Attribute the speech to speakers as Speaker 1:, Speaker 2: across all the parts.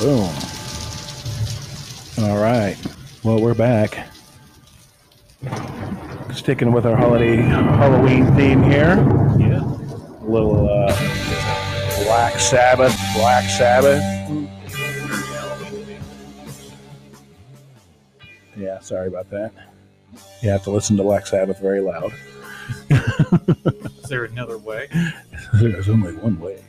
Speaker 1: Boom. All right. Well, we're back. Sticking with our holiday Halloween theme here.
Speaker 2: Yeah.
Speaker 1: A little uh, Black Sabbath, Black Sabbath. Yeah, sorry about that. You have to listen to Black Sabbath very loud.
Speaker 2: Is there another way?
Speaker 1: There's only one way.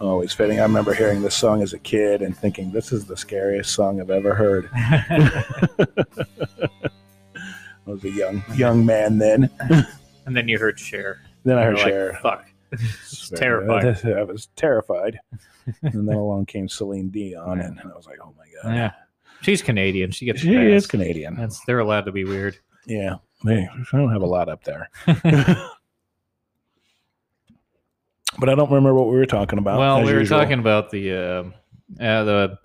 Speaker 1: Always fitting. I remember hearing this song as a kid and thinking, this is the scariest song I've ever heard. I was a young young man then.
Speaker 2: and then you heard Cher.
Speaker 1: Then I
Speaker 2: You're
Speaker 1: heard
Speaker 2: like,
Speaker 1: Cher.
Speaker 2: Fuck. It's terrifying.
Speaker 1: I was terrified. and then along came Celine Dion, and I was like, oh my God.
Speaker 2: Yeah. She's Canadian. She gets. a
Speaker 1: She
Speaker 2: pass.
Speaker 1: is Canadian.
Speaker 2: That's they're allowed to be weird.
Speaker 1: Yeah. They, I don't have a lot up there. but I don't remember what we were talking about.
Speaker 2: well,
Speaker 1: as
Speaker 2: we were
Speaker 1: usual.
Speaker 2: talking about the um uh, the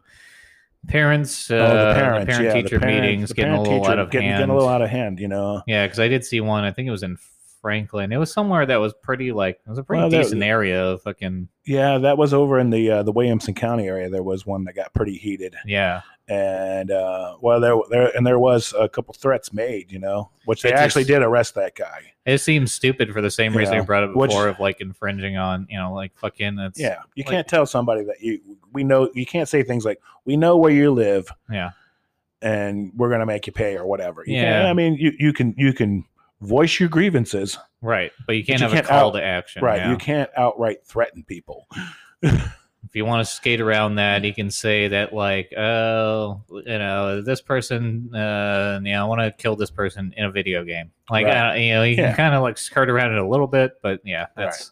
Speaker 2: parents, uh,
Speaker 1: Oh, the
Speaker 2: the
Speaker 1: parents, yeah, the
Speaker 2: parent-teacher
Speaker 1: parent-
Speaker 2: meetings
Speaker 1: the
Speaker 2: getting a little
Speaker 1: parent-teacher
Speaker 2: out of
Speaker 1: getting,
Speaker 2: hand.
Speaker 1: Getting a little out of hand, you know.
Speaker 2: Yeah, because I did see one. I think it was in Franklin. It was somewhere that was pretty like it was a pretty
Speaker 1: Well, that-
Speaker 2: decent area. Of fucking
Speaker 1: Yeah, that was over in the uh, the Williamson County area. There was one that got pretty heated,
Speaker 2: yeah.
Speaker 1: and uh, well, there there and there was a couple threats made, you know, which they
Speaker 2: It
Speaker 1: actually
Speaker 2: just-
Speaker 1: did arrest that guy.
Speaker 2: It seems stupid for the same reason
Speaker 1: Yeah,
Speaker 2: I brought it
Speaker 1: which-
Speaker 2: before of like infringing on you know like fucking that's
Speaker 1: Yeah, you
Speaker 2: like-
Speaker 1: can't tell somebody that you we know you can't say things like we know where you live
Speaker 2: yeah
Speaker 1: and we're gonna make you pay or whatever. You
Speaker 2: Yeah.
Speaker 1: can, I mean, you you can you can voice your grievances,
Speaker 2: right. But you can't
Speaker 1: you
Speaker 2: have
Speaker 1: can't
Speaker 2: a call
Speaker 1: out-
Speaker 2: to action,
Speaker 1: right?
Speaker 2: yeah.
Speaker 1: You can't outright threaten people.
Speaker 2: if you want to skate around that, you can say that like, oh, you know, this person, uh, you know, I want to kill this person in a video game. Like,
Speaker 1: Right.
Speaker 2: I don't- you know, you
Speaker 1: Yeah.
Speaker 2: can kind of like skirt around it a little bit, but yeah, that's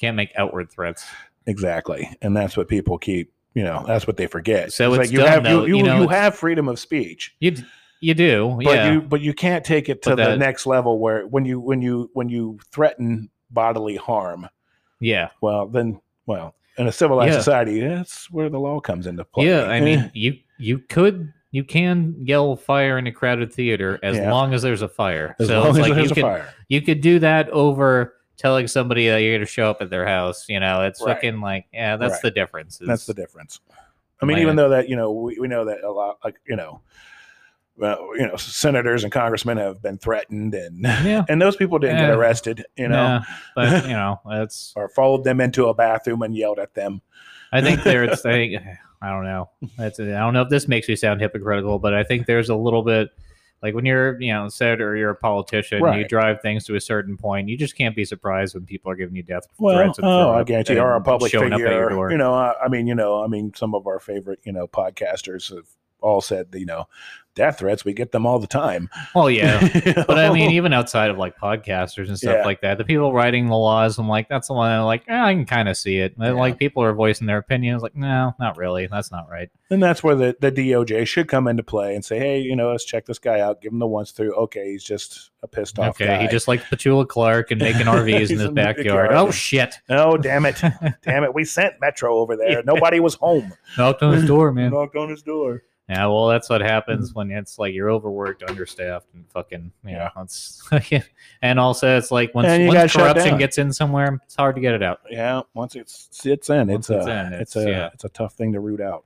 Speaker 2: can't make outward threats.
Speaker 1: Exactly, and that's what people keep. You know, that's what they forget.
Speaker 2: So it's
Speaker 1: you
Speaker 2: dumb,
Speaker 1: have
Speaker 2: though,
Speaker 1: you, you,
Speaker 2: you know,
Speaker 1: you
Speaker 2: it's-
Speaker 1: have freedom of speech.
Speaker 2: You d- you do,
Speaker 1: but
Speaker 2: yeah,
Speaker 1: you but you can't take it to
Speaker 2: But
Speaker 1: the
Speaker 2: that-
Speaker 1: next level where when you when you when you threaten bodily harm
Speaker 2: yeah,
Speaker 1: well then well in a civilized
Speaker 2: Yeah.
Speaker 1: society that's where the law comes into play
Speaker 2: yeah. I
Speaker 1: eh.
Speaker 2: mean, you you could. You can yell fire in a crowded theater as
Speaker 1: Yeah.
Speaker 2: long as there's a fire.
Speaker 1: as
Speaker 2: so
Speaker 1: long
Speaker 2: it's
Speaker 1: as
Speaker 2: like
Speaker 1: there's
Speaker 2: you
Speaker 1: a
Speaker 2: could
Speaker 1: fire
Speaker 2: you could do that over telling somebody that you're going to show up at their house. You know, it's
Speaker 1: Right.
Speaker 2: fucking like yeah, that's
Speaker 1: Right.
Speaker 2: the difference.
Speaker 1: that's
Speaker 2: is-
Speaker 1: the difference i mean
Speaker 2: Might
Speaker 1: even
Speaker 2: not-
Speaker 1: though that you know we, we know that a lot like you know well, you know senators and congressmen have been threatened and
Speaker 2: yeah.
Speaker 1: and those people didn't
Speaker 2: Yeah.
Speaker 1: get arrested you know
Speaker 2: Nah, but you know, that's.
Speaker 1: or followed them into a bathroom and yelled at them
Speaker 2: I think there's. I think I don't know. That's. I don't know if this makes me sound hypocritical, but I think there's a little bit. Like when you're, you know, said or you're a politician, you
Speaker 1: Right.
Speaker 2: drive things to a certain point. You just can't be surprised when people are giving you death
Speaker 1: Well,
Speaker 2: threats. and
Speaker 1: oh,
Speaker 2: throwing
Speaker 1: I
Speaker 2: up-
Speaker 1: guarantee, or a
Speaker 2: and
Speaker 1: public
Speaker 2: showing up at your
Speaker 1: figure.
Speaker 2: door.
Speaker 1: You know, I, I mean, you know, I mean, some of our favorite, you know, podcasters have all said, you know, death threats. We get them all the time.
Speaker 2: Well, yeah, But I mean,
Speaker 1: You
Speaker 2: even outside of like podcasters and stuff
Speaker 1: Yeah.
Speaker 2: like that, the people writing the laws, I'm like, that's the one. I'm like, eh, I can kind of see it. And
Speaker 1: Yeah.
Speaker 2: Like people are voicing their opinions. Like, no, not really. That's not right.
Speaker 1: know, and that's where the, the DOJ should come into play and say, hey, you know, let's check this guy out. Give him the once through. Okay, he's just a pissed off
Speaker 2: okay,
Speaker 1: guy.
Speaker 2: he just likes Petula Clark and making RVs
Speaker 1: He's
Speaker 2: in his
Speaker 1: in the
Speaker 2: backyard.
Speaker 1: backyard.
Speaker 2: Oh shit!
Speaker 1: oh damn it, damn it, we sent Metro over there.
Speaker 2: Yeah.
Speaker 1: Nobody was home.
Speaker 2: Knocked on his door, man.
Speaker 1: Knocked on his door.
Speaker 2: Yeah, well, that's what happens when it's like you're overworked, understaffed, and fucking you yeah.
Speaker 1: Yeah.
Speaker 2: Know, that's and also it's like once,
Speaker 1: And you got
Speaker 2: once
Speaker 1: shut
Speaker 2: corruption
Speaker 1: down.
Speaker 2: gets in somewhere, it's hard to get it out.
Speaker 1: Yeah, once it sits in,
Speaker 2: Once
Speaker 1: it's
Speaker 2: it's
Speaker 1: a
Speaker 2: in,
Speaker 1: it's,
Speaker 2: it's-
Speaker 1: a
Speaker 2: yeah.
Speaker 1: it's a tough thing to root out.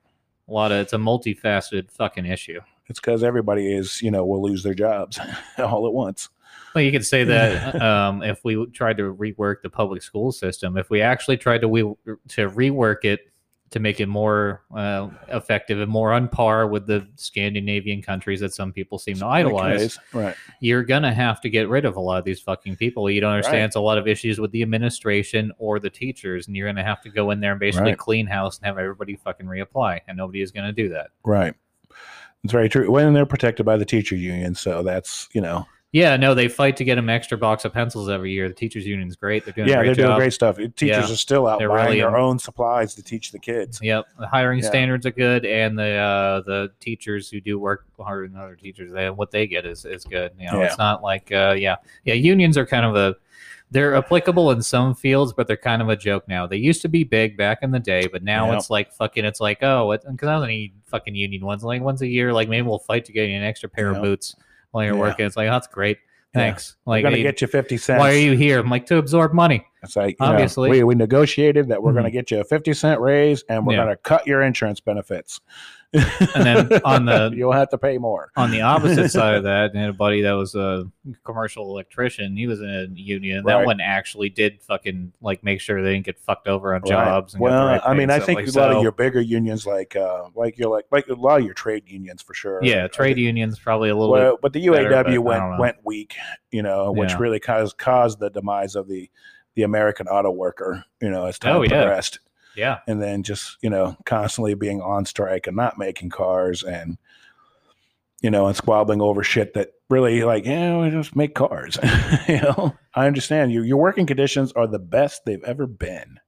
Speaker 2: A lot of it's a multifaceted fucking issue.
Speaker 1: It's because everybody is, you know, will lose their jobs all at once.
Speaker 2: Well, you could say that um, if we tried to rework the public school system, if we actually tried to we to rework it to make it more uh, effective and more on par with the Scandinavian countries that some people seem to
Speaker 1: Anyways,
Speaker 2: idolize,
Speaker 1: right?
Speaker 2: you're gonna have to get rid of a lot of these fucking people. You don't understand
Speaker 1: Right.
Speaker 2: it's a lot of issues with the administration or the teachers, and you're gonna have to go in there and basically
Speaker 1: Right.
Speaker 2: clean house and have everybody fucking reapply, and nobody is gonna do that.
Speaker 1: Right. It's very true. When they're protected by the teacher union, so that's you know,
Speaker 2: Yeah, no, they fight to get them extra box of pencils every year. The teachers union's great; they're doing a
Speaker 1: yeah,
Speaker 2: great
Speaker 1: they're
Speaker 2: job.
Speaker 1: doing great stuff. Teachers
Speaker 2: Yeah.
Speaker 1: are still out
Speaker 2: They're
Speaker 1: buying
Speaker 2: really-
Speaker 1: their own supplies to teach the kids.
Speaker 2: Yep, the hiring
Speaker 1: Yeah.
Speaker 2: standards are good, and the uh, the teachers who do work harder than other teachers, they, what they get is is good. You know,
Speaker 1: Yeah.
Speaker 2: it's not like uh, yeah, yeah. Unions are kind of a they're applicable in some fields, but they're kind of a joke now. They used to be big back in the day, but now
Speaker 1: Yep.
Speaker 2: it's like fucking. It's like oh, because I don't need fucking union ones. Like once a year, like maybe we'll fight to get you an extra pair of
Speaker 1: Yep.
Speaker 2: boots while you're
Speaker 1: Yeah.
Speaker 2: working. It's like oh, that's great,
Speaker 1: Yeah.
Speaker 2: thanks.
Speaker 1: We're
Speaker 2: Like
Speaker 1: gonna
Speaker 2: hey,
Speaker 1: get you fifty cents.
Speaker 2: why are you here? I'm like to absorb money.
Speaker 1: It's like you know,
Speaker 2: Obviously.
Speaker 1: we, we negotiated that we're going to
Speaker 2: Mhm.
Speaker 1: get you a fifty cent raise and we're
Speaker 2: Yeah.
Speaker 1: going to cut your insurance benefits.
Speaker 2: And then on the-
Speaker 1: you'll have to pay more.
Speaker 2: on the opposite side of that, I had a buddy that was a commercial electrician. He was in a union. That
Speaker 1: Right.
Speaker 2: one actually did fucking like make sure they didn't get fucked over on
Speaker 1: Right.
Speaker 2: jobs. And got the
Speaker 1: Well,
Speaker 2: right
Speaker 1: I
Speaker 2: pay
Speaker 1: mean,
Speaker 2: and
Speaker 1: I
Speaker 2: stuff
Speaker 1: think
Speaker 2: like
Speaker 1: a lot
Speaker 2: so.
Speaker 1: of your bigger unions, like uh, like you're like like a lot of your trade unions for sure.
Speaker 2: yeah,
Speaker 1: are-
Speaker 2: trade
Speaker 1: are-
Speaker 2: unions probably a little bit
Speaker 1: Well, but the
Speaker 2: better,
Speaker 1: UAW
Speaker 2: but I don't
Speaker 1: went
Speaker 2: know.
Speaker 1: went weak, you know, which
Speaker 2: Yeah.
Speaker 1: really caused caused the demise of the the American auto worker, you know, as time
Speaker 2: Oh, yeah.
Speaker 1: progressed,
Speaker 2: yeah.
Speaker 1: and then just you know constantly being on strike and not making cars and you know and squabbling over shit that really like yeah we just make cars you know i understand you your working conditions are the best they've ever been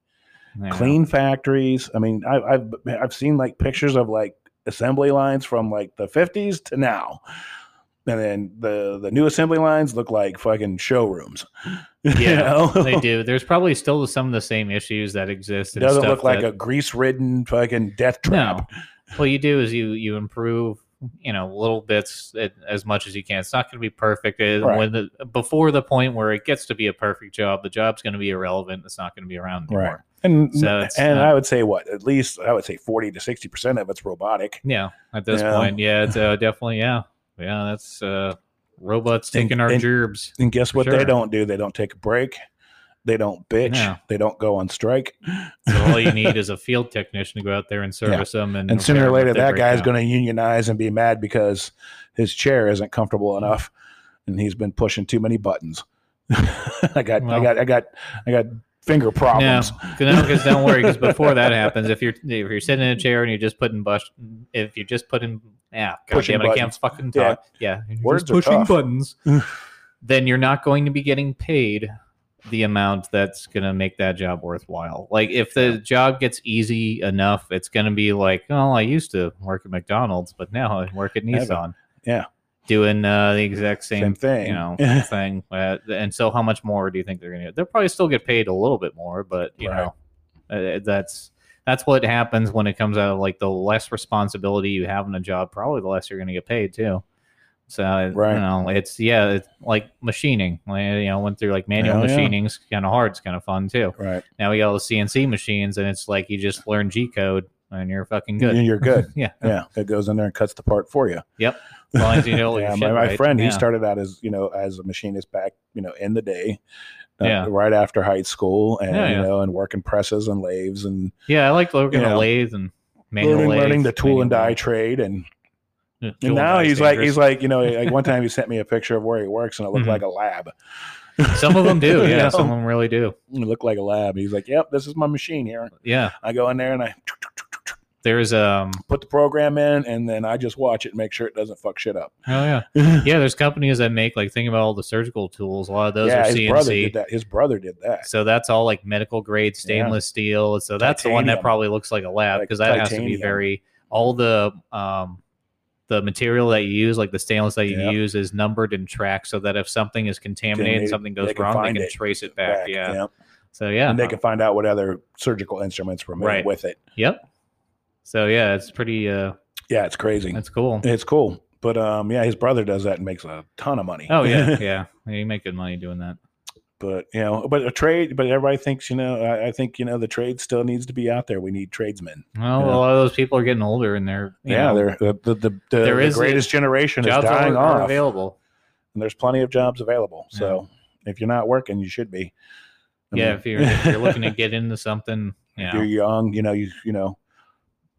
Speaker 2: Yeah.
Speaker 1: clean factories. I mean, I, I've I've seen like pictures of like assembly lines from like the fifties to now, and then the the new assembly lines look like fucking showrooms. You
Speaker 2: Yeah,
Speaker 1: know?
Speaker 2: they do. There's probably still some of the same issues that exist.
Speaker 1: It
Speaker 2: And
Speaker 1: doesn't
Speaker 2: stuff
Speaker 1: look like
Speaker 2: that-
Speaker 1: a grease ridden fucking death trap.
Speaker 2: What you do is you you improve, you know, little bits a- as much as you can. It's not going to be perfect. It-
Speaker 1: Right.
Speaker 2: When the, before the point where it gets to be a perfect job, the job's going to be irrelevant. It's not going to be around anymore.
Speaker 1: Right. And
Speaker 2: So it's
Speaker 1: and
Speaker 2: not-
Speaker 1: I would say what at least I would say forty to sixty percent of it's robotic.
Speaker 2: Yeah, at this
Speaker 1: Yeah.
Speaker 2: point, yeah, it's uh, definitely yeah, yeah. That's uh, robots
Speaker 1: And-
Speaker 2: taking our
Speaker 1: and-
Speaker 2: jobs.
Speaker 1: And guess what they
Speaker 2: Sure.
Speaker 1: don't do? They don't take a break. They don't bitch.
Speaker 2: No.
Speaker 1: They don't go on strike.
Speaker 2: So all you need is a field technician to go out there and service them, and,
Speaker 1: and sooner or later that guy's
Speaker 2: to.
Speaker 1: going to unionize and be mad because his chair isn't comfortable
Speaker 2: Mm-hmm.
Speaker 1: enough and he's been pushing too many buttons i got i
Speaker 2: Well.
Speaker 1: got i got i got finger
Speaker 2: No,
Speaker 1: problems
Speaker 2: 'cause- no, because don't worry. Because before that happens, if you're if you're sitting in a chair and you're just putting bus, if you're just putting yeah, God
Speaker 1: Pushing
Speaker 2: damn it, I can't
Speaker 1: buttons.
Speaker 2: fucking
Speaker 1: Yeah.
Speaker 2: talk. Yeah, and you're
Speaker 1: Words
Speaker 2: just
Speaker 1: are
Speaker 2: pushing
Speaker 1: tough.
Speaker 2: buttons. then you're not going to be getting paid the amount that's going to make that job worthwhile. Like if the job gets easy enough, it's going to be like, oh, I used to work at McDonald's, but now I work at
Speaker 1: Evan.
Speaker 2: Nissan.
Speaker 1: Yeah.
Speaker 2: doing uh, the exact
Speaker 1: same,
Speaker 2: same
Speaker 1: thing
Speaker 2: you know thing uh, and so how much more do you think they're gonna get they'll probably still get paid a little bit more but you
Speaker 1: Right.
Speaker 2: know uh, that's that's what happens when it comes out of like the less responsibility you have in a job probably the less you're gonna get paid too so
Speaker 1: Right.
Speaker 2: right. you know it's yeah it's like machining like, you know went through like manual
Speaker 1: Hell yeah.
Speaker 2: machining's kind of hard it's kind of fun too
Speaker 1: right
Speaker 2: now we got all the cnc machines and it's like you just learn g code and you're fucking good
Speaker 1: And you're good
Speaker 2: yeah
Speaker 1: yeah it goes in there and cuts the part for you
Speaker 2: yep as long as you know
Speaker 1: yeah,
Speaker 2: your
Speaker 1: my,
Speaker 2: shit
Speaker 1: my
Speaker 2: right.
Speaker 1: friend he
Speaker 2: Yeah.
Speaker 1: started out as you know as a machinist back you know in the day uh,
Speaker 2: Yeah.
Speaker 1: right after high school and
Speaker 2: Yeah,
Speaker 1: you
Speaker 2: yeah.
Speaker 1: know and working presses and lathes and
Speaker 2: Yeah, I like looking
Speaker 1: You
Speaker 2: at
Speaker 1: know,
Speaker 2: lathe and manual
Speaker 1: learning,
Speaker 2: lathe,
Speaker 1: learning the tool and
Speaker 2: manual-
Speaker 1: die trade and
Speaker 2: Yeah,
Speaker 1: And
Speaker 2: tool and
Speaker 1: now
Speaker 2: die's
Speaker 1: he's like,
Speaker 2: dangerous.
Speaker 1: he's like, you know, like one time he sent me a picture of where he works, and it looked
Speaker 2: Mhm.
Speaker 1: like a lab.
Speaker 2: some of them do.
Speaker 1: you
Speaker 2: Yeah,
Speaker 1: know?
Speaker 2: some of them really do.
Speaker 1: It looked like a lab. He's like, "Yep, this is my machine here."
Speaker 2: Yeah,
Speaker 1: I go in there and I
Speaker 2: there's um,
Speaker 1: put the program in, and then I just watch it, and make sure it doesn't fuck shit up.
Speaker 2: oh yeah,
Speaker 1: yeah,
Speaker 2: yeah. There's companies that make like think about all the surgical tools. A lot of those are
Speaker 1: his brother did
Speaker 2: CNC.
Speaker 1: that. His brother did that.
Speaker 2: So that's all like medical grade stainless steel. So that's the one
Speaker 1: Titanium.
Speaker 2: that probably looks like a lab
Speaker 1: Like
Speaker 2: because that has to be
Speaker 1: titanium.
Speaker 2: very all the um the material that you use, like the stainless that you
Speaker 1: Yeah.
Speaker 2: use, is numbered and tracked so that if something is
Speaker 1: Contaminated,
Speaker 2: contaminated, something
Speaker 1: they
Speaker 2: goes
Speaker 1: can
Speaker 2: wrong, they
Speaker 1: find
Speaker 2: can
Speaker 1: it
Speaker 2: trace it back. Yeah.
Speaker 1: yeah.
Speaker 2: So yeah,
Speaker 1: and they can find out what other surgical instruments were made
Speaker 2: Right.
Speaker 1: with it.
Speaker 2: Yep. So yeah, it's pretty. uh
Speaker 1: Yeah, it's crazy.
Speaker 2: That's cool.
Speaker 1: It's cool, but um, yeah, his brother does that and makes a ton of money.
Speaker 2: Oh yeah, yeah. You make good money doing that.
Speaker 1: but you know, but a trade. But everybody thinks, you know, I, I think you know the trade still needs to be out there. We need tradesmen.
Speaker 2: Well,
Speaker 1: Yeah.
Speaker 2: a lot of those people are getting older, and they're you
Speaker 1: Yeah,
Speaker 2: know,
Speaker 1: they're the the, the, the,
Speaker 2: There
Speaker 1: the
Speaker 2: is a-
Speaker 1: greatest generation is
Speaker 2: jobs
Speaker 1: dying
Speaker 2: are, are
Speaker 1: off, and
Speaker 2: available.
Speaker 1: there's plenty of jobs available. So if you're not working, you should be. I
Speaker 2: yeah,
Speaker 1: mean,
Speaker 2: if you're if you're looking to get into something,
Speaker 1: if
Speaker 2: yeah,
Speaker 1: you're young, you know you you know,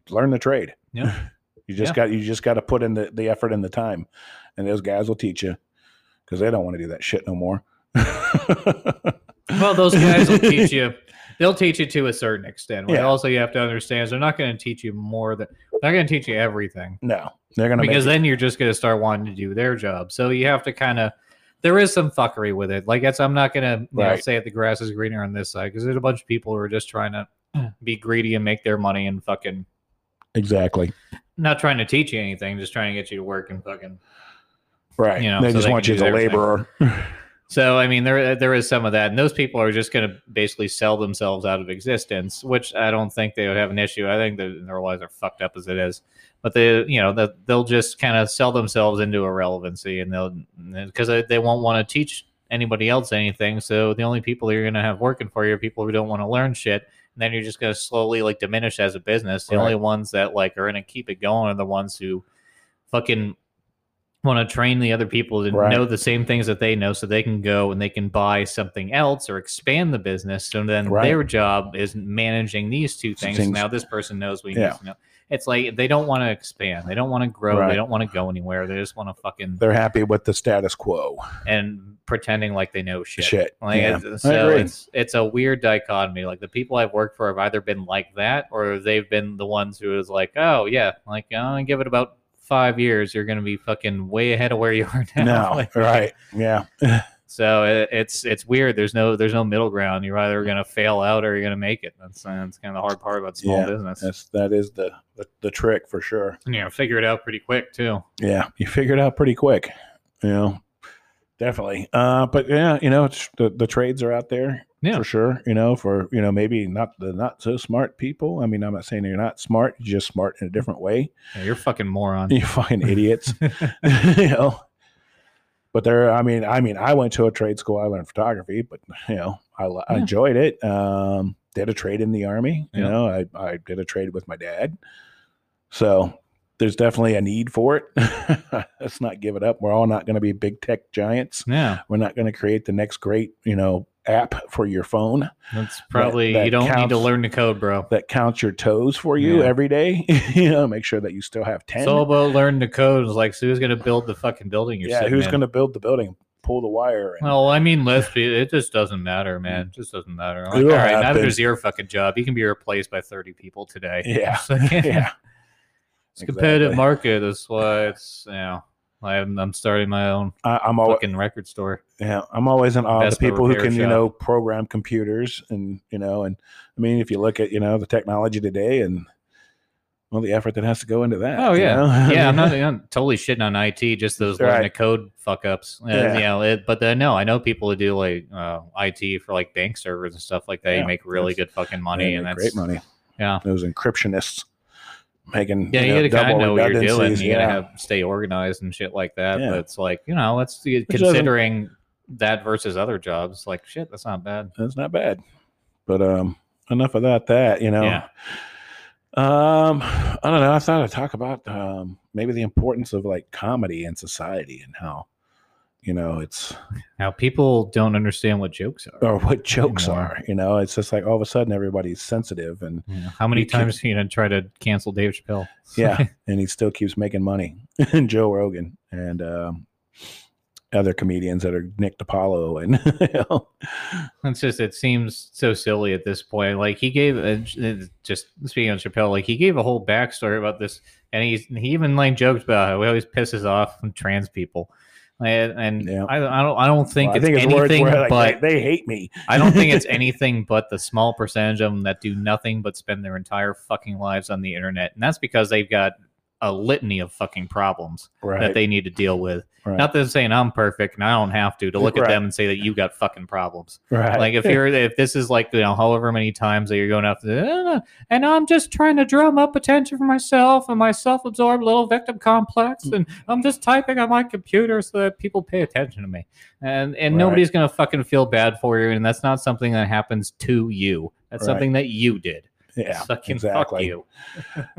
Speaker 1: learn the trade.
Speaker 2: Yeah.
Speaker 1: you just
Speaker 2: Yeah.
Speaker 1: got you just got to put in the the effort and the time, and those guys will teach you because they don't want to do that shit no more.
Speaker 2: Well, those guys will teach you. They'll teach you to a certain extent. What
Speaker 1: Yeah.
Speaker 2: also you have to understand is they're not going to teach you more than they're not going to teach you everything
Speaker 1: no, they're gonna
Speaker 2: because
Speaker 1: make
Speaker 2: then you're just going to start wanting to do their job. So you have to kind of. There is some fuckery with it. Like that's I'm not going to
Speaker 1: Right.
Speaker 2: say that the grass is greener on this side because there's a bunch of people who are just trying to be greedy and make their money and fucking
Speaker 1: it- exactly
Speaker 2: not trying to teach you anything, just trying to get you to work and fucking.
Speaker 1: right.
Speaker 2: You know,
Speaker 1: they
Speaker 2: so
Speaker 1: just
Speaker 2: they
Speaker 1: want
Speaker 2: can
Speaker 1: you as
Speaker 2: do
Speaker 1: a
Speaker 2: everything.
Speaker 1: laborer.
Speaker 2: So I mean, there there is some of that, and those people are just going to basically sell themselves out of existence, which I don't think they would have an issue. I think that their lives are fucked up as it is, but they you know that they'll just kind of sell themselves into irrelevancy, and they'll because they, they won't want to teach anybody else anything. So the only people you're going to have working for you are people who don't want to learn shit. And then you're just going to slowly like diminish as a business. The
Speaker 1: Right.
Speaker 2: only ones that like are going to keep it going are the ones who fucking want to train the other people to
Speaker 1: Right.
Speaker 2: know the same things that they know so they can go and they can buy something else or expand the business. So then
Speaker 1: Right.
Speaker 2: their job is managing these two things.
Speaker 1: Things-
Speaker 2: Now this person knows we
Speaker 1: Yeah.
Speaker 2: need to know. It's like they don't want to expand. They don't want to grow.
Speaker 1: Right.
Speaker 2: They don't want to go anywhere. They just want to fucking
Speaker 1: They're happy with the status quo.
Speaker 2: and pretending like they know shit.
Speaker 1: Shit.
Speaker 2: Like
Speaker 1: yeah.
Speaker 2: it's,
Speaker 1: I
Speaker 2: so
Speaker 1: agree.
Speaker 2: it's it's a weird dichotomy. Like the people I've worked for have either been like that or they've been the ones who is like, oh yeah, like uh, give it about five years, you're gonna be fucking way ahead of where you are now.
Speaker 1: No,
Speaker 2: Like,
Speaker 1: right. Yeah.
Speaker 2: So it, it's it's weird. There's no there's no middle ground. You're either gonna fail out or you're gonna make it. That's uh, that's kind of the hard part about small
Speaker 1: Yeah,
Speaker 2: business.
Speaker 1: That's that is the, the the trick for sure.
Speaker 2: And you know, figure it out pretty quick too.
Speaker 1: Yeah, you figure it out pretty quick. You know, definitely. Uh, but yeah, you know, it's, the the trades are out there
Speaker 2: Yeah.
Speaker 1: for sure. You know, for you know maybe not the not so smart people. I mean, I'm not saying you're not smart, you're just smart in a different way.
Speaker 2: Yeah, you're a fucking moron.
Speaker 1: You fucking idiots. you know. But there, I mean, I mean, I went to a trade school. I learned photography, but you know, I, li- I
Speaker 2: Yeah.
Speaker 1: enjoyed it. Um, did a trade in the army. You
Speaker 2: Yeah.
Speaker 1: know, I I did a trade with my dad. So there's definitely a need for it. Let's not give it up. We're all not going to be big tech giants.
Speaker 2: Yeah,
Speaker 1: We're not going to create the next great, you know, app for your phone
Speaker 2: that's probably
Speaker 1: that
Speaker 2: you don't need
Speaker 1: counts.
Speaker 2: to learn to code, bro.
Speaker 1: that counts your toes for you
Speaker 2: Yeah.
Speaker 1: every day. you know, make sure that you still have ten.
Speaker 2: Solbo learned to code. and was like, so who's going to build the fucking building you're
Speaker 1: yeah,
Speaker 2: sitting
Speaker 1: who's
Speaker 2: in?
Speaker 1: going to build the building, pull the wire? And,
Speaker 2: Well, I mean, let's be. It just doesn't matter, man. It just doesn't matter. Like, all
Speaker 1: It'll
Speaker 2: right, now
Speaker 1: happen.
Speaker 2: there's your fucking job. You can be replaced by 30 people today.
Speaker 1: Yeah.
Speaker 2: It's like,
Speaker 1: yeah,
Speaker 2: It's a competitive
Speaker 1: exactly.
Speaker 2: market. That's why it's, you know, I'm, I'm starting my own
Speaker 1: I, I'm always
Speaker 2: fucking record store.
Speaker 1: Yeah, I'm always in awe of the
Speaker 2: Vespa
Speaker 1: people who
Speaker 2: repair
Speaker 1: can, you
Speaker 2: shop.
Speaker 1: know, program computers and you know, and I mean, if you look at you know the technology today and well, the effort that has to go into that.
Speaker 2: Oh,
Speaker 1: you
Speaker 2: yeah.
Speaker 1: know? I
Speaker 2: Yeah, I'm
Speaker 1: mean,
Speaker 2: not, I'm totally shitting on IT, just those learning to
Speaker 1: Right.
Speaker 2: code fuck ups. Uh,
Speaker 1: Yeah.
Speaker 2: You know, it, but then, no, I know people who do like uh, IT for like bank servers and stuff like that.
Speaker 1: Yeah,
Speaker 2: you make really
Speaker 1: that's-
Speaker 2: good fucking money,
Speaker 1: they
Speaker 2: and
Speaker 1: make
Speaker 2: that's
Speaker 1: great money.
Speaker 2: Yeah.
Speaker 1: those encryptionists making
Speaker 2: Yeah, you,
Speaker 1: know,
Speaker 2: gotta kind
Speaker 1: double
Speaker 2: of know what you're doing.
Speaker 1: redundancies,
Speaker 2: You gotta have stay organized and shit like that.
Speaker 1: Yeah.
Speaker 2: But it's like you know, it's
Speaker 1: doesn't-
Speaker 2: considering that versus other jobs. Like shit, that's not bad.
Speaker 1: that's not bad. But um, enough of that. That you know.
Speaker 2: Yeah.
Speaker 1: Um, I don't know. I thought I'd talk about um maybe the importance of like comedy in society and how you know it's
Speaker 2: Now people don't understand what jokes are.
Speaker 1: or what jokes
Speaker 2: Anymore.
Speaker 1: are. You know, it's just like all of a sudden everybody's sensitive, and
Speaker 2: You know, how many
Speaker 1: You can-
Speaker 2: times you know try to cancel Dave Chappelle?
Speaker 1: yeah, and he still keeps making money. and Joe Rogan and um, other comedians that are Nick DiPaolo and you know,
Speaker 2: It's just it seems so silly at this point. Like he gave uh, just speaking on Chappelle, like he gave a whole backstory about this, and he's he even like joked about how he always pisses off trans people, and, and
Speaker 1: Yeah.
Speaker 2: I, I don't I don't think
Speaker 1: Well,
Speaker 2: it's
Speaker 1: his words
Speaker 2: anything
Speaker 1: were like,
Speaker 2: but
Speaker 1: they, they hate me.
Speaker 2: I don't think it's anything but the small percentage of them that do nothing but spend their entire fucking lives on the internet. And that's because they've got a litany of fucking problems
Speaker 1: Right.
Speaker 2: that they need to deal with.
Speaker 1: Right.
Speaker 2: Not that I'm saying I'm perfect and I don't have to to look
Speaker 1: Right.
Speaker 2: at them and say that you got fucking problems.
Speaker 1: right.
Speaker 2: Like if you're if this is like you know however many times that you're going up to, and I'm just trying to drum up attention for myself and my self-absorbed little victim complex,
Speaker 1: Hmm.
Speaker 2: and I'm just typing on my computer so that people pay attention to me, and and
Speaker 1: Right.
Speaker 2: nobody's gonna fucking feel bad for you, and that's not something that happens to you. That's
Speaker 1: Right.
Speaker 2: something that you did.
Speaker 1: yeah,
Speaker 2: fucking fuck you.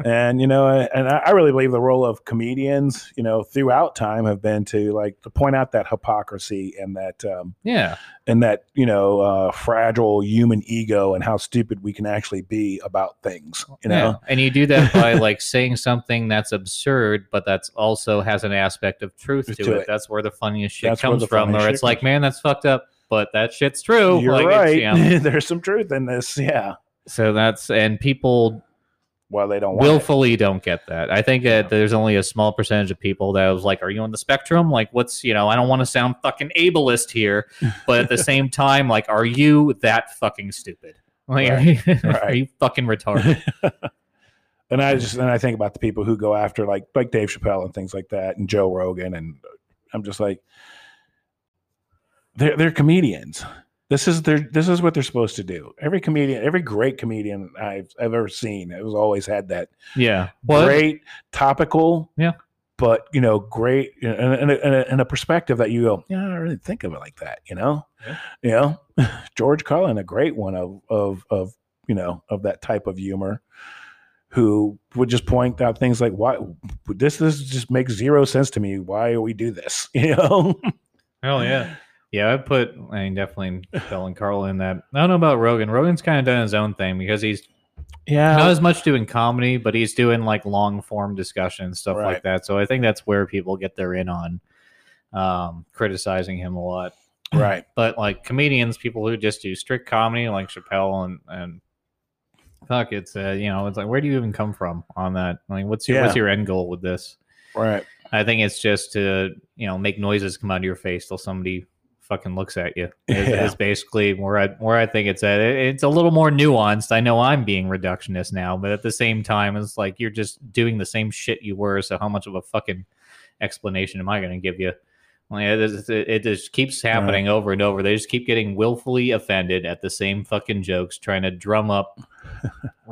Speaker 1: and you know and i I really believe the role of comedians you know throughout time have been to like to point out that hypocrisy and that um
Speaker 2: Yeah,
Speaker 1: and that you know uh fragile human ego and how stupid we can actually be about things you know
Speaker 2: yeah. and you do that by like saying something that's absurd, but that's also has an aspect of truth to,
Speaker 1: To
Speaker 2: it.
Speaker 1: it.
Speaker 2: That's where the funniest shit
Speaker 1: That's where
Speaker 2: comes
Speaker 1: the
Speaker 2: from.
Speaker 1: funniest
Speaker 2: Or
Speaker 1: shit
Speaker 2: it's like,
Speaker 1: comes
Speaker 2: man, that's fucked up, but that shit's true.
Speaker 1: You're
Speaker 2: like, it's,
Speaker 1: right.
Speaker 2: you know.
Speaker 1: There's some truth in this. Yeah.
Speaker 2: So that's and people
Speaker 1: Well, they don't want it.
Speaker 2: willfully don't get that. I think that
Speaker 1: Yeah.
Speaker 2: there's only a small percentage of people that was like, "Are you on the spectrum? Like, what's you know? I don't want to sound fucking ableist here, but at the same time, like, are you that fucking stupid? Like, are, you, are
Speaker 1: Right.
Speaker 2: you fucking retarded?
Speaker 1: And I just and I think about the people who go after like like Dave Chappelle and things like that, and Joe Rogan, and I'm just like, they're they're comedians. This is their this is what they're supposed to do. Every comedian, every great comedian I've I've ever seen, it was always had that
Speaker 2: yeah. Well,
Speaker 1: great topical
Speaker 2: Yeah.
Speaker 1: but you know, great and, and, and, a, and a perspective that you go, yeah, I really think of it like that, you know,
Speaker 2: Yeah.
Speaker 1: you know, George Carlin, a great one of of of you know of that type of humor, who would just point out things like, why this this just makes zero sense to me. Why we do this, you know?
Speaker 2: Oh yeah, yeah. I put I mean, definitely Bill and Carl in that. I don't know about Rogan. Rogan's kind of done his own thing because he's not
Speaker 1: yeah,
Speaker 2: as much doing comedy, but he's doing like long form discussion stuff
Speaker 1: Right.
Speaker 2: like that. So I think that's where people get their in on um, criticizing him a lot.
Speaker 1: right,
Speaker 2: But like comedians, people who just do strict comedy, like Chappelle and and fuck, it's uh, you know, it's like where do you even come from on that? I mean, what's your what's your end goal with this?
Speaker 1: right.
Speaker 2: I think it's just to you know make noises come out of your face till somebody fucking looks at you. Is,
Speaker 1: Yeah.
Speaker 2: is basically where I where I think it's at. It- It's a little more nuanced. I know I'm being reductionist now, but at the same time, it's like you're just doing the same shit you were. So how much of a fucking explanation am I going to give you? Like, it, is- it, it just keeps happening over and over. They just keep getting willfully offended at the same fucking jokes, trying to drum up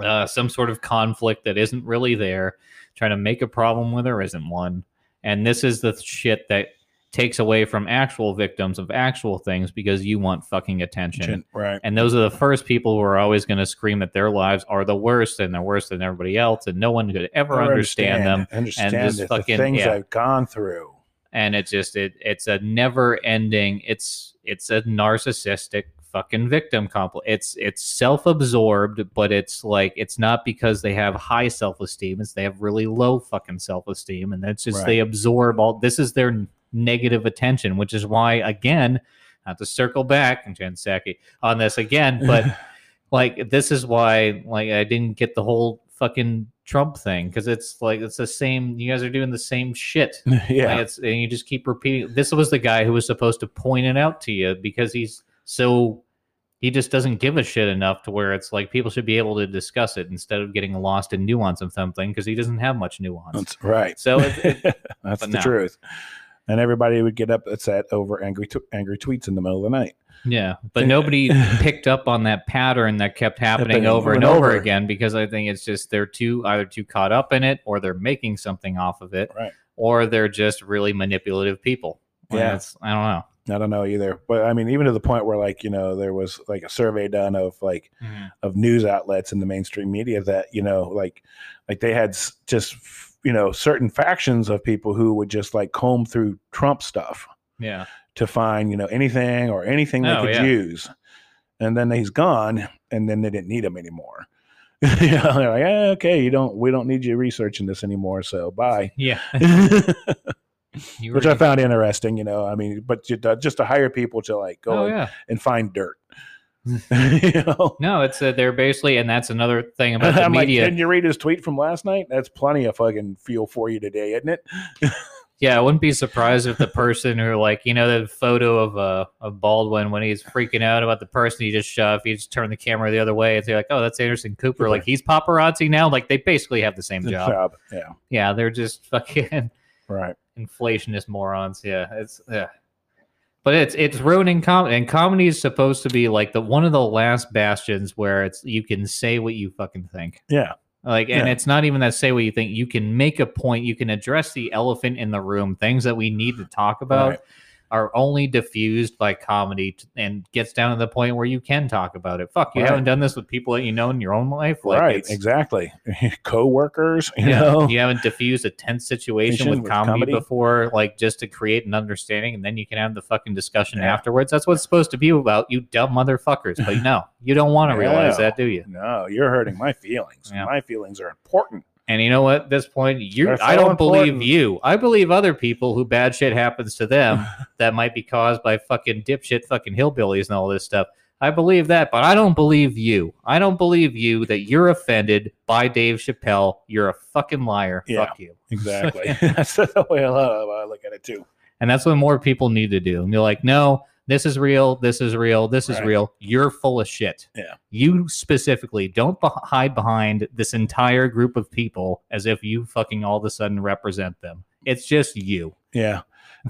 Speaker 2: uh, some sort of conflict that isn't really there, trying to make a problem where there isn't one. And this is the shit that takes away from actual victims of actual things because you want fucking attention.
Speaker 1: Chin- Right.
Speaker 2: And those are the first people who are always going to scream that their lives are the worst and they're worse than everybody else, and no one could ever understand them.
Speaker 1: Understand
Speaker 2: just
Speaker 1: the, the
Speaker 2: fucking-
Speaker 1: things
Speaker 2: yeah.
Speaker 1: I've gone through.
Speaker 2: and it's just it it's a never ending it's it's a narcissistic fucking victim complex it's it's self-absorbed but it's like it's not because they have high self-esteem it's they have really low fucking self-esteem and that's just
Speaker 1: Right.
Speaker 2: they absorb all this is their negative attention which is why again not to circle back and Jan Psaki on this again but like this is why like I didn't get the whole fucking Trump thing because it's like it's the same you guys are doing the same shit
Speaker 1: yeah,
Speaker 2: like it's, and you just keep repeating. This was the guy who was supposed to point it out to you because he's so he just doesn't give a shit enough to where it's like people should be able to discuss it instead of getting lost in nuance of something because he doesn't have much nuance.
Speaker 1: that's right.
Speaker 2: So it's, it,
Speaker 1: That's the
Speaker 2: But no.
Speaker 1: truth. And everybody would get upset over angry t- angry tweets in the middle of the night.
Speaker 2: yeah, but nobody picked up on that pattern that kept happening
Speaker 1: Happening
Speaker 2: over and
Speaker 1: over and
Speaker 2: over
Speaker 1: over.
Speaker 2: again because I think it's just they're too either too caught up in it or they're making something off of it
Speaker 1: Right.
Speaker 2: or they're just really manipulative people. And
Speaker 1: Yeah.
Speaker 2: it's- I don't know.
Speaker 1: I don't know either, but I mean, even to the point where like you know there was like a survey done of like of news outlets in the mainstream media that you know like like they had s- just you know certain factions of people who would just like comb through Trump stuff
Speaker 2: Yeah.
Speaker 1: to find you know anything or anything they
Speaker 2: Oh,
Speaker 1: could
Speaker 2: yeah.
Speaker 1: use, and then he's gone, and then they didn't need him anymore. you know, they're like, "Eh, okay, you don't, we don't need you researching this anymore, so bye.
Speaker 2: Yeah. You
Speaker 1: Which
Speaker 2: were-
Speaker 1: I found interesting, you know. I mean, but ju- uh, just to hire people to like go
Speaker 2: Oh
Speaker 1: and-
Speaker 2: yeah.
Speaker 1: and find dirt, you know.
Speaker 2: No, it's uh, they're basically, and that's another thing about the
Speaker 1: I'm like,
Speaker 2: media.
Speaker 1: didn't you read his tweet from last night? That's plenty of fucking fuel for you today, isn't it?
Speaker 2: yeah, I wouldn't be surprised if the person who, like, you know, the photo of uh of Baldwin when he's freaking out about the person he just shot, if he just turned the camera the other way and say like, oh, that's Anderson Cooper, like he's paparazzi now. Like they basically have the same
Speaker 1: Good
Speaker 2: job.
Speaker 1: job. Yeah,
Speaker 2: Yeah, they're just fucking
Speaker 1: right.
Speaker 2: inflationist morons. Yeah, it's yeah. But it's it's ruining comedy, and comedy is supposed to be like the one of the last bastions where it's you can say what you fucking think.
Speaker 1: Yeah,
Speaker 2: Like, and
Speaker 1: Yeah.
Speaker 2: it's not even that say what you think. You can make a point. You can address the elephant in the room. Things that we need to talk about
Speaker 1: Right.
Speaker 2: are only diffused by comedy t- and gets down to the point where you can talk about it. Fuck, you
Speaker 1: Right.
Speaker 2: haven't done this with people that you know in your own life. Like,
Speaker 1: right.
Speaker 2: it's-
Speaker 1: Exactly. Co-workers, you
Speaker 2: yeah,
Speaker 1: know.
Speaker 2: you haven't diffused a tense situation
Speaker 1: Situation
Speaker 2: with,
Speaker 1: with
Speaker 2: comedy,
Speaker 1: comedy.
Speaker 2: before, like just to create an understanding, and then you can have the fucking discussion
Speaker 1: Yeah.
Speaker 2: afterwards. That's what it's supposed to be about, you dumb motherfuckers. But no, you don't want to realize
Speaker 1: Yeah.
Speaker 2: that, do you?
Speaker 1: No, you're hurting my feelings.
Speaker 2: Yeah.
Speaker 1: My feelings are important.
Speaker 2: And you know what? At this point, you
Speaker 1: They're
Speaker 2: I
Speaker 1: so
Speaker 2: don't believe
Speaker 1: important.
Speaker 2: you. I believe other people who bad shit happens to them that might be caused by fucking dipshit fucking hillbillies and all this stuff. I believe that, but I don't believe you. I don't believe you that you're offended by Dave Chappelle. You're a fucking liar.
Speaker 1: Yeah.
Speaker 2: Fuck you.
Speaker 1: Exactly. That's the way I lo- I look at it too.
Speaker 2: And that's what more people need to do. And you're like, no, this is real. This is real. This is
Speaker 1: Right.
Speaker 2: real. You're full of shit.
Speaker 1: Yeah.
Speaker 2: You specifically don't beh hide behind this entire group of people as if you fucking all of a sudden represent them. It's just you.
Speaker 1: Yeah.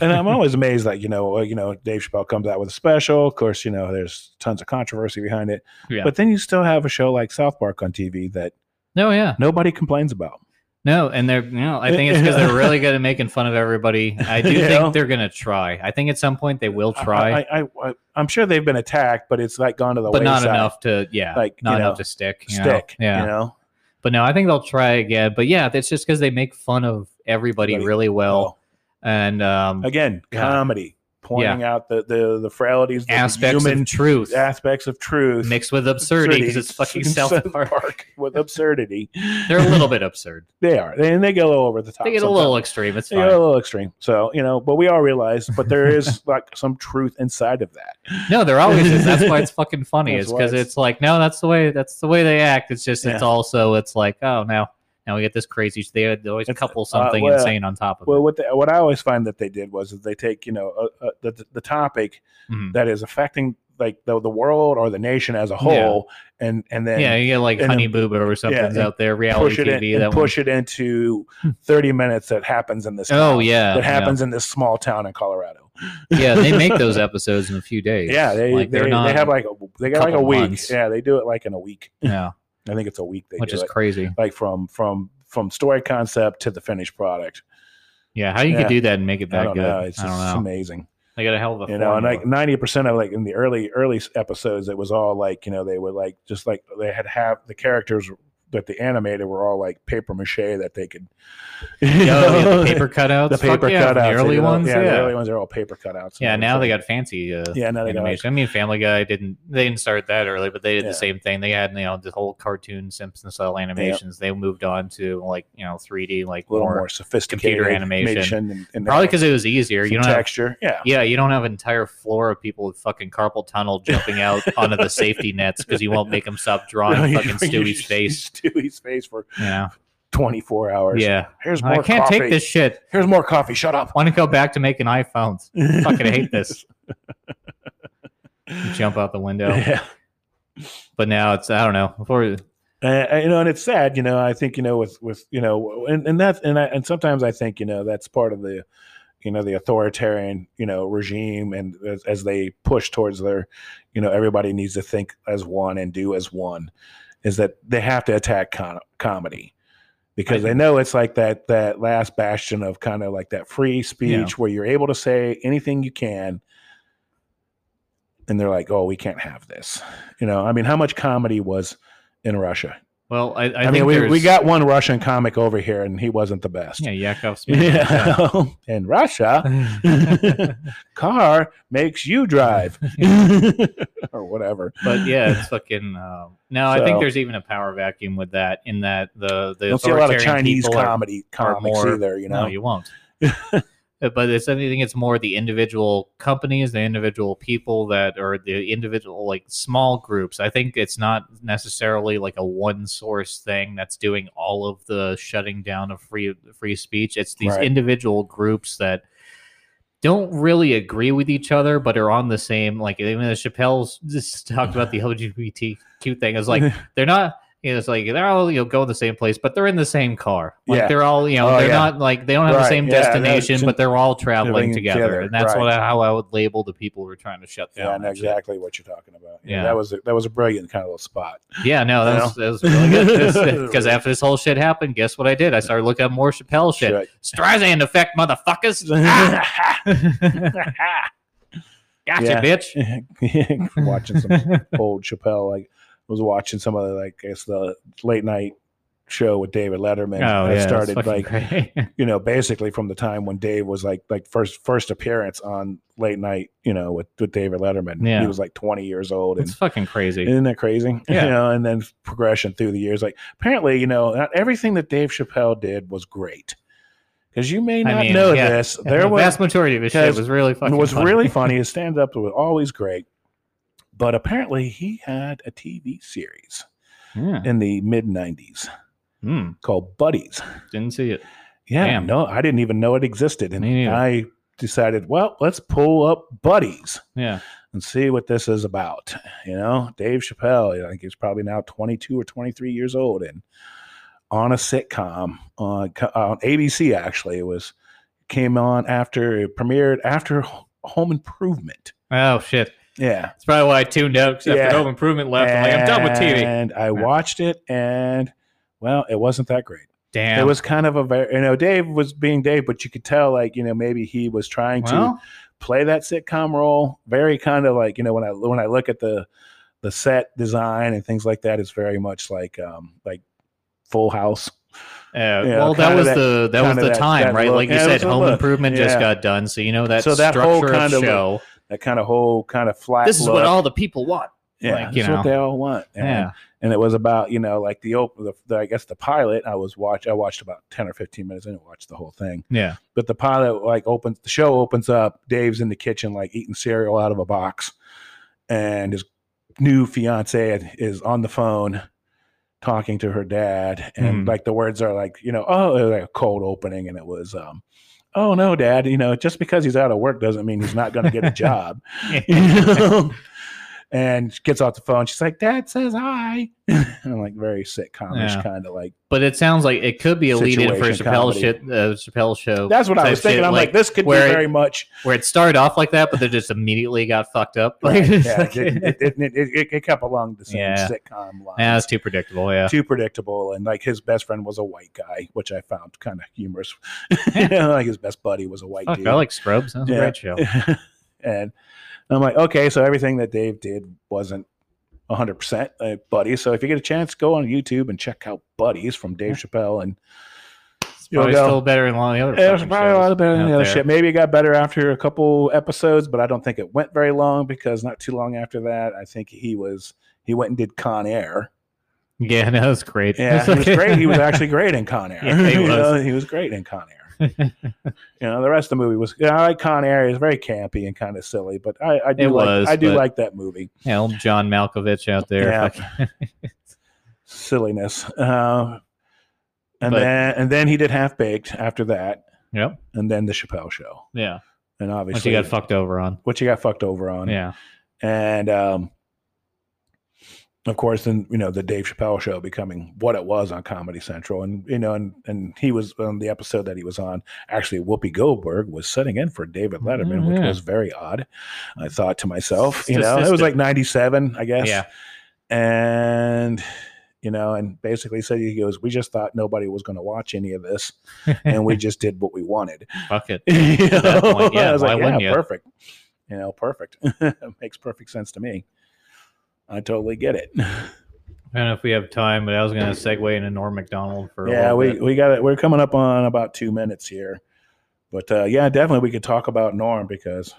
Speaker 1: And I'm always amazed, like, you know, uh, you know, Dave Chappelle comes out with a special. Of course, you know, there's tons of controversy behind it.
Speaker 2: Yeah.
Speaker 1: But then you still have a show like South Park on TV that
Speaker 2: No, yeah.
Speaker 1: nobody complains about.
Speaker 2: No, and they're you know, I think it's because they're really good at making fun of everybody. I do
Speaker 1: You
Speaker 2: think
Speaker 1: know?
Speaker 2: they're gonna try. I think at some point they will try,
Speaker 1: I, I, I, I'm sure they've been attacked, but it's like gone to the
Speaker 2: but not
Speaker 1: wayside.
Speaker 2: enough to yeah,
Speaker 1: Like,
Speaker 2: not
Speaker 1: you know,
Speaker 2: enough to stick. you know?
Speaker 1: stick.
Speaker 2: Yeah.
Speaker 1: You know.
Speaker 2: But no, I think they'll try again. But yeah, that's just because they make fun of everybody
Speaker 1: Right.
Speaker 2: really well. And um
Speaker 1: again,
Speaker 2: Yeah.
Speaker 1: comedy pointing out the the the fragilities, the
Speaker 2: aspects
Speaker 1: human
Speaker 2: of truth
Speaker 1: aspects of truth,
Speaker 2: mixed with absurdity because it's fucking South Park.
Speaker 1: with absurdity.
Speaker 2: They're a little bit absurd.
Speaker 1: They are, they, and they get a little over the top.
Speaker 2: They get a
Speaker 1: sometimes.
Speaker 2: little extreme. It's
Speaker 1: They get a
Speaker 2: fine.
Speaker 1: little extreme. So you know, but we all realize, but there is like some truth inside of that.
Speaker 2: No, there always is. That's why it's fucking funny.
Speaker 1: That's
Speaker 2: Is
Speaker 1: why
Speaker 2: because
Speaker 1: it's-
Speaker 2: it's like no, that's the way. That's the way they act. It's just it's
Speaker 1: Yeah.
Speaker 2: also it's like oh now now we get this crazy. They had- they always
Speaker 1: It's-
Speaker 2: couple
Speaker 1: uh,
Speaker 2: something
Speaker 1: well-
Speaker 2: insane on top of
Speaker 1: Well,
Speaker 2: it.
Speaker 1: what the, what I always find that they did was that they take you know uh, uh, the the topic
Speaker 2: Mhm.
Speaker 1: that is affecting like the, the world or the nation as a whole, and and then
Speaker 2: yeah, you get like
Speaker 1: and
Speaker 2: Honey
Speaker 1: then-
Speaker 2: Boo Boo or something's
Speaker 1: and
Speaker 2: out there. Reality
Speaker 1: push it in,
Speaker 2: TV.
Speaker 1: and
Speaker 2: that
Speaker 1: push it into thirty minutes that happens in this.
Speaker 2: one. Oh
Speaker 1: town,
Speaker 2: yeah,
Speaker 1: that
Speaker 2: yeah.
Speaker 1: happens in this small town in Colorado.
Speaker 2: yeah, they make those episodes in a few days.
Speaker 1: Yeah, they
Speaker 2: like,
Speaker 1: they,
Speaker 2: they're not.
Speaker 1: they have like a, they got like a
Speaker 2: couple
Speaker 1: week.
Speaker 2: months.
Speaker 1: Yeah, they do it like in a week.
Speaker 2: yeah,
Speaker 1: I think it's a week they
Speaker 2: which
Speaker 1: do
Speaker 2: is
Speaker 1: it.
Speaker 2: crazy.
Speaker 1: like from from from story concept to the finished product.
Speaker 2: Yeah, how you
Speaker 1: Yeah.
Speaker 2: could do that and make it
Speaker 1: I
Speaker 2: that
Speaker 1: don't
Speaker 2: good?
Speaker 1: know. It's
Speaker 2: I
Speaker 1: just
Speaker 2: don't know.
Speaker 1: amazing.
Speaker 2: They got a hell of a
Speaker 1: you know, and
Speaker 2: formula.
Speaker 1: like ninety percent of like in the early early episodes, it was all like you know they would like just like they had have the characters that they animated were all like paper mache that they could. you
Speaker 2: Oh, yeah,
Speaker 1: know,
Speaker 2: the paper cutouts,
Speaker 1: the
Speaker 2: Fuck
Speaker 1: paper
Speaker 2: yeah,
Speaker 1: cutouts,
Speaker 2: the early
Speaker 1: you know,
Speaker 2: ones, yeah,
Speaker 1: the
Speaker 2: yeah.
Speaker 1: early ones are all paper cutouts. and
Speaker 2: now they
Speaker 1: everything.
Speaker 2: got fancy. Uh,
Speaker 1: Yeah, now they got. like,
Speaker 2: animation. I mean, Family Guy didn't they didn't start that early, but they did
Speaker 1: Yeah.
Speaker 2: the same thing. They had you know the whole cartoon Simpson style animations. They moved on to like you know 3D, like
Speaker 1: a little more,
Speaker 2: more,
Speaker 1: sophisticated
Speaker 2: computer animation.
Speaker 1: and, and
Speaker 2: probably because it was easier.
Speaker 1: some
Speaker 2: You don't have
Speaker 1: texture. yeah,
Speaker 2: yeah, you don't have an entire floor of people with fucking carpal tunnel jumping out onto the safety nets because you won't make them stop drawing fucking Stewie's face.
Speaker 1: Stewie's face for
Speaker 2: Yeah,
Speaker 1: twenty four hours.
Speaker 2: yeah.
Speaker 1: here's more.
Speaker 2: I can't
Speaker 1: coffee.
Speaker 2: take this shit.
Speaker 1: Here's more coffee. Shut up.
Speaker 2: Want to go back to making iPhones? Fucking hate this. Jump out the window.
Speaker 1: Yeah.
Speaker 2: But now it's I don't know. Before
Speaker 1: Uh, you know, and it's sad. You know, I think you know with with you know, and and that's and I, and sometimes I think you know that's part of the, you know, the authoritarian you know regime, and as, as they push towards their, you know, everybody needs to think as one and do as one, is that they have to attack con- comedy, because they know it's like that that last bastion of kind of like that free speech
Speaker 2: Yeah.
Speaker 1: where you're able to say anything you can. And they're like, oh, we can't have this. You know, I mean, how much comedy was in Russia?
Speaker 2: well, I, I,
Speaker 1: I,
Speaker 2: think
Speaker 1: mean, we,
Speaker 2: there's-
Speaker 1: we got one Russian comic over here, and he wasn't the best.
Speaker 2: yeah Yakov Smith.
Speaker 1: Yeah. in Russia, car makes you drive, or whatever.
Speaker 2: but yeah, it's fucking. Um, no, I
Speaker 1: So-
Speaker 2: think there's even a power vacuum with that. In that the the
Speaker 1: Don't see a lot of
Speaker 2: authoritarian
Speaker 1: Chinese
Speaker 2: people are-
Speaker 1: comedy comics
Speaker 2: more-
Speaker 1: either. You
Speaker 2: No,
Speaker 1: know,
Speaker 2: you won't. Uh, but it's I think it's more the individual companies, the individual people that are the individual like small groups. I think it's not necessarily like a one source thing that's doing all of the shutting down of free free speech. It's these
Speaker 1: Right.
Speaker 2: individual groups that don't really agree with each other, but are on the same like even the Chappelle's just talked about the LGBTQ thing. It's like they're not you know, it's like they're all you know go in the same place, but they're in the same car. Like
Speaker 1: Yeah.
Speaker 2: they're all you know
Speaker 1: Oh,
Speaker 2: they're
Speaker 1: yeah.
Speaker 2: not like they don't have
Speaker 1: Right,
Speaker 2: the same
Speaker 1: yeah, that's-
Speaker 2: destination, but they're all traveling
Speaker 1: living
Speaker 2: together,
Speaker 1: together,
Speaker 2: and that's what
Speaker 1: right.
Speaker 2: I, how I would label the people who are trying to shut
Speaker 1: yeah, I
Speaker 2: down.
Speaker 1: know
Speaker 2: that shit.
Speaker 1: exactly what you're talking about. Yeah,
Speaker 2: Yeah.
Speaker 1: that was a, that was a brilliant kind of little spot.
Speaker 2: Yeah, no, that
Speaker 1: You
Speaker 2: was, that was really good. Because after this whole shit happened, guess what I did? I started looking up more Chappelle shit.
Speaker 1: Shit.
Speaker 2: Streisand effect, motherfuckers. Ah! gotcha,
Speaker 1: Yeah.
Speaker 2: bitch.
Speaker 1: watching some old Chappelle, like I was watching some of the, like, I guess the late night show with David Letterman.
Speaker 2: Oh,
Speaker 1: I
Speaker 2: yeah,
Speaker 1: started
Speaker 2: started
Speaker 1: like
Speaker 2: great.
Speaker 1: you know, basically from the time when Dave was like like first first appearance on late night, you know, with, with David Letterman.
Speaker 2: Yeah.
Speaker 1: He was like twenty years old and
Speaker 2: it's fucking crazy.
Speaker 1: isn't that crazy?
Speaker 2: Yeah.
Speaker 1: You know, and then progression through the years. Like apparently, you know, not everything that Dave Chappelle did was great. Because you may
Speaker 2: I
Speaker 1: not
Speaker 2: mean,
Speaker 1: know
Speaker 2: yeah.
Speaker 1: this.
Speaker 2: And
Speaker 1: There
Speaker 2: the
Speaker 1: was
Speaker 2: vast majority of his shit
Speaker 1: because
Speaker 2: was really fucking.
Speaker 1: was
Speaker 2: funny.
Speaker 1: really funny. His stand up was always great. But apparently he had a TV series
Speaker 2: Yeah.
Speaker 1: in the mid nineties
Speaker 2: Hmm.
Speaker 1: called Buddies.
Speaker 2: didn't see it.
Speaker 1: Yeah,
Speaker 2: Damn.
Speaker 1: no, I didn't even know it existed, and
Speaker 2: Me neither.
Speaker 1: I decided, well, let's pull up buddies
Speaker 2: Yeah.
Speaker 1: and see what this is about. You know, Dave Chappelle, I think he's probably now 22 or 23 years old, and on a sitcom on co- on ABC. Actually, it was came on after it premiered after H- Home Improvement.
Speaker 2: Oh shit.
Speaker 1: Yeah,
Speaker 2: That's probably why I tuned out because
Speaker 1: Yeah.
Speaker 2: after Home Improvement left, I'm like, I'm done with TV.
Speaker 1: And I watched it, and well, it wasn't that great.
Speaker 2: Damn.
Speaker 1: It was kind of a very, you know, Dave was being Dave, but you could tell, like, you know, maybe he was trying to
Speaker 2: well,
Speaker 1: play that sitcom role. Very kind of like, you know, when I when I look at the the set design and things like that, it's very much like um like Full House.
Speaker 2: uh,
Speaker 1: know,
Speaker 2: well, that
Speaker 1: kinda
Speaker 2: was
Speaker 1: that-
Speaker 2: the that was
Speaker 1: kinda
Speaker 2: the
Speaker 1: that-
Speaker 2: time,
Speaker 1: that
Speaker 2: right?
Speaker 1: look.
Speaker 2: Like you
Speaker 1: Yeah, it
Speaker 2: said,
Speaker 1: was a
Speaker 2: Home
Speaker 1: look.
Speaker 2: Improvement just
Speaker 1: Yeah.
Speaker 2: got done, so you know that
Speaker 1: So that whole
Speaker 2: structure of
Speaker 1: kinda look,
Speaker 2: show.
Speaker 1: That kind of whole kind of flat.
Speaker 2: This is
Speaker 1: look.
Speaker 2: what all the people want.
Speaker 1: yeah,
Speaker 2: like, you
Speaker 1: that's
Speaker 2: know.
Speaker 1: what they all want. And,
Speaker 2: Yeah,
Speaker 1: and it was about you know like the open, the, the I guess the pilot. I was watch. I watched about ten or fifteen minutes. I didn't watch the whole thing.
Speaker 2: yeah.
Speaker 1: but the pilot like opens the show opens up dave's in the kitchen like eating cereal out of a box and his new fiance is on the phone talking to her dad and
Speaker 2: Mhm.
Speaker 1: like the words are like you know oh it was like a cold opening and it was um oh no dad you know just because he's out of work doesn't mean he's not going to get a job you know? and she gets off the phone she's like dad says hi and like very sitcomish
Speaker 2: Yeah.
Speaker 1: kind of like
Speaker 2: But it sounds like it could be a lead in for a
Speaker 1: Situation
Speaker 2: Chappelle,
Speaker 1: comedy.
Speaker 2: shit, uh, Chappelle show.
Speaker 1: that's what i
Speaker 2: type
Speaker 1: was thinking
Speaker 2: shit,
Speaker 1: i'm like, this could be
Speaker 2: where it-
Speaker 1: very much
Speaker 2: where it started off like that, but they just immediately got fucked up. Like,
Speaker 1: Right,
Speaker 2: it's
Speaker 1: yeah,
Speaker 2: like-
Speaker 1: it, it, it, it, it, it kept along the same
Speaker 2: Yeah.
Speaker 1: sitcom lines.
Speaker 2: Yeah, it's too predictable. Yeah,
Speaker 1: too predictable, and like his best friend was a white guy, which I found kind of humorous. You know, like his best buddy was a white
Speaker 2: Fuck,
Speaker 1: dude,
Speaker 2: I like Scrubs. That was a
Speaker 1: Yeah.
Speaker 2: great show.
Speaker 1: and I'm like, okay, so everything that Dave did wasn't 100 percent uh, Buddy. So if you get a chance, go on YouTube and check out Buddies from Dave Chappelle, and
Speaker 2: It's
Speaker 1: You'll
Speaker 2: probably
Speaker 1: go-
Speaker 2: still better than a lot of the other.
Speaker 1: it was
Speaker 2: fucking
Speaker 1: probably a
Speaker 2: shows
Speaker 1: lot better than
Speaker 2: out
Speaker 1: the other
Speaker 2: there.
Speaker 1: shit. Maybe it got better after a couple episodes, but I don't think it went very long because not too long after that, I think he was he went and did Con Air.
Speaker 2: Yeah, no, it's great.
Speaker 1: Yeah,
Speaker 2: It's
Speaker 1: he was
Speaker 2: like-
Speaker 1: great. He was actually great in Con Air.
Speaker 2: Yeah, he
Speaker 1: You
Speaker 2: was.
Speaker 1: know, he was great in Con Air. you know, the rest of the movie was. You know, I like Con Air. It's very campy and kind of silly, but I, I do
Speaker 2: It
Speaker 1: like.
Speaker 2: was,
Speaker 1: I do
Speaker 2: but-
Speaker 1: like that movie
Speaker 2: Yeah, old John Malkovich out there.
Speaker 1: Yeah.
Speaker 2: fucking-
Speaker 1: silliness. Um, and
Speaker 2: But-
Speaker 1: then and then he did Half Baked after that,
Speaker 2: yep.
Speaker 1: and then the Chappelle Show,
Speaker 2: Yeah.
Speaker 1: and
Speaker 2: Which
Speaker 1: obviously
Speaker 2: he got fucked over on.
Speaker 1: what you got fucked over on.
Speaker 2: Yeah.
Speaker 1: and um, of course, then you know the Dave Chappelle show becoming what it was on Comedy Central, and you know, and and he was on the episode that he was on. Actually, Whoopi Goldberg was sitting in for David Letterman,
Speaker 2: Oh,
Speaker 1: which
Speaker 2: yeah.
Speaker 1: was very odd. I thought to myself, you know,
Speaker 2: Statistic.
Speaker 1: it was like '97, I guess,
Speaker 2: Yeah.
Speaker 1: and you know, and basically said he goes, "We just thought nobody was going to watch any of this, and we just did what we wanted."
Speaker 2: Fuck it.
Speaker 1: You
Speaker 2: that
Speaker 1: know?
Speaker 2: point, yeah,
Speaker 1: I was
Speaker 2: why
Speaker 1: like, yeah,
Speaker 2: wouldn't you?"
Speaker 1: perfect. You know, perfect. Makes perfect sense to me. I totally get it.
Speaker 2: I don't know if we have time, but I was going to segue into Norm McDonald for. a
Speaker 1: yeah,
Speaker 2: little
Speaker 1: we
Speaker 2: bit.
Speaker 1: we got it. We're coming up on about two minutes here, but uh, yeah, definitely we could talk about Norm because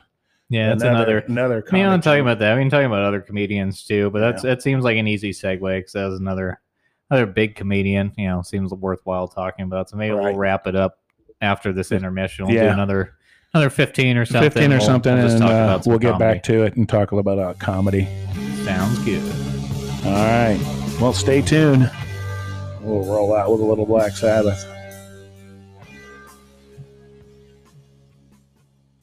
Speaker 2: Yeah, that's another.
Speaker 1: another.
Speaker 2: I mean, I'm
Speaker 1: comic
Speaker 2: talking about that. I mean, talking about other comedians too, but that's that seems like an easy segue because that was another another big comedian. You know, seems worthwhile talking about. So maybe
Speaker 1: Right.
Speaker 2: we'll wrap it up after this intermission. We'll do
Speaker 1: Yeah.
Speaker 2: another another fifteen or something.
Speaker 1: fifteen or
Speaker 2: We'll-
Speaker 1: something,
Speaker 2: we'll just
Speaker 1: and
Speaker 2: talk
Speaker 1: uh,
Speaker 2: about some
Speaker 1: we'll get back
Speaker 2: comedy.
Speaker 1: to it and talk a little bit about uh, comedy.
Speaker 2: Sounds good.
Speaker 1: All right. Well, stay tuned. We'll roll out with a little Black Sabbath.